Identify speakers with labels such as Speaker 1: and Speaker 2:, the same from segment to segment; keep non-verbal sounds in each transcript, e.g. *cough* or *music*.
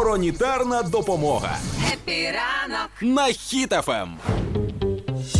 Speaker 1: Гуморонітарна допомога
Speaker 2: Пірано.
Speaker 1: на Ем. Хіт-ФМ.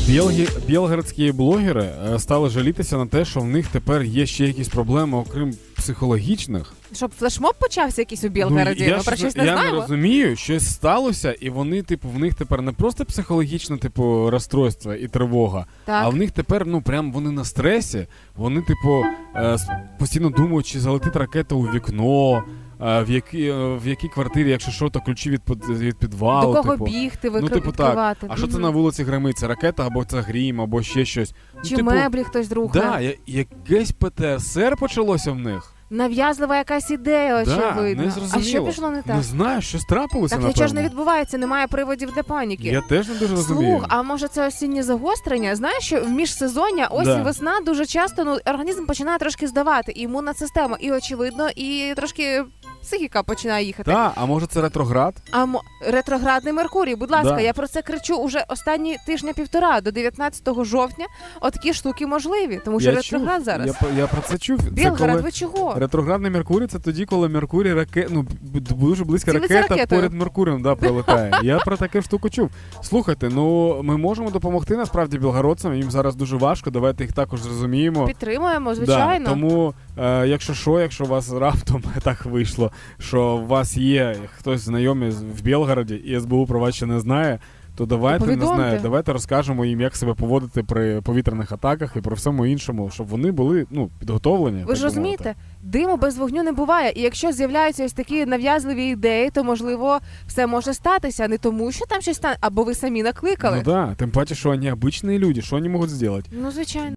Speaker 3: Білгі... Білгородські блогери е, стали жалітися на те, що в них тепер є ще якісь проблеми, окрім психологічних.
Speaker 2: Щоб флешмоб почався якийсь у
Speaker 3: Ну,
Speaker 2: Білгороді,
Speaker 3: я
Speaker 2: ми про
Speaker 3: щось-
Speaker 2: щось не
Speaker 3: я
Speaker 2: знаємо.
Speaker 3: не розумію, щось сталося, і вони, типу, в них тепер не просто психологічне, типу, розстройство і тривога,
Speaker 2: Так.
Speaker 3: а в них тепер, ну прям вони на стресі. Вони, типу, е, с- постійно думають, чи залетить ракета у вікно, е, в якій е, в якій квартирі, якщо що, то ключі від под- від підвалу.
Speaker 2: До кого
Speaker 3: типу.
Speaker 2: бігти,
Speaker 3: Ну,
Speaker 2: викр...
Speaker 3: типу, так.
Speaker 2: відкривати.
Speaker 3: А що це
Speaker 2: Мгм.
Speaker 3: на вулиці гримить? Це ракета або це грім, або ще щось. Ну,
Speaker 2: Чи
Speaker 3: типу,
Speaker 2: меблі хтось рухає?
Speaker 3: да, я- якесь ПТСР почалося в них.
Speaker 2: Нав'язлива якась ідея, очевидно.
Speaker 3: не
Speaker 2: а
Speaker 3: зрозуміло.
Speaker 2: що пішло не так?
Speaker 3: Не знаю, щось трапилося.
Speaker 2: так нічого
Speaker 3: напевно.
Speaker 2: ж не відбувається, немає приводів для паніки.
Speaker 3: Я теж не дуже розумію.
Speaker 2: Слух, а може це осіннє загострення? Знаєш, що в міжсезоння осінь
Speaker 3: Да.
Speaker 2: весна дуже часто ну організм починає трошки здавати, і імунна система, і очевидно, і трошки психіка починає їхати.
Speaker 3: Та, а може це ретроград?
Speaker 2: А м- ретроградний Меркурій, будь ласка,
Speaker 3: Да.
Speaker 2: я про це кричу уже останні тижня півтора до 19 жовтня. Отакі штуки можливі, тому що
Speaker 3: я
Speaker 2: ретроград
Speaker 3: чув,
Speaker 2: зараз.
Speaker 3: Я, про- я про це чув.
Speaker 2: Білгород,
Speaker 3: це коли...
Speaker 2: ви чого?
Speaker 3: Ретроградний Меркурій це тоді, коли Меркурій раке... ну, б- дуже близька
Speaker 2: Цілиться
Speaker 3: ракета
Speaker 2: ракетою.
Speaker 3: поряд Меркурієм да, пролетає. Я про таку штуку чув. Слухайте, ну ми можемо допомогти насправді білгородцям, їм зараз дуже важко, давайте їх також зрозуміємо.
Speaker 2: Підтримуємо,
Speaker 3: Да,
Speaker 2: звичайно.
Speaker 3: тому, е, якщо що, якщо у вас раптом *laughs* так вийшло, що у вас є хтось знайомий з- в Білгороді і СБУ про вас ще не знає, то давайте не
Speaker 2: Повідомте.
Speaker 3: знаю, давайте розкажемо їм, як себе поводити при повітряних атаках і про всьому іншому, щоб вони були ну підготовлені.
Speaker 2: Ви
Speaker 3: так
Speaker 2: ж
Speaker 3: би
Speaker 2: розумієте,
Speaker 3: мовити.
Speaker 2: диму без вогню не буває. І якщо з'являються ось такі нав'язливі ідеї, то можливо все може статися не тому, що там щось стане, або ви самі накликали.
Speaker 3: Ну да, тим паче, що вони обичні люди, що вони можуть зробити?
Speaker 2: ну звичайно.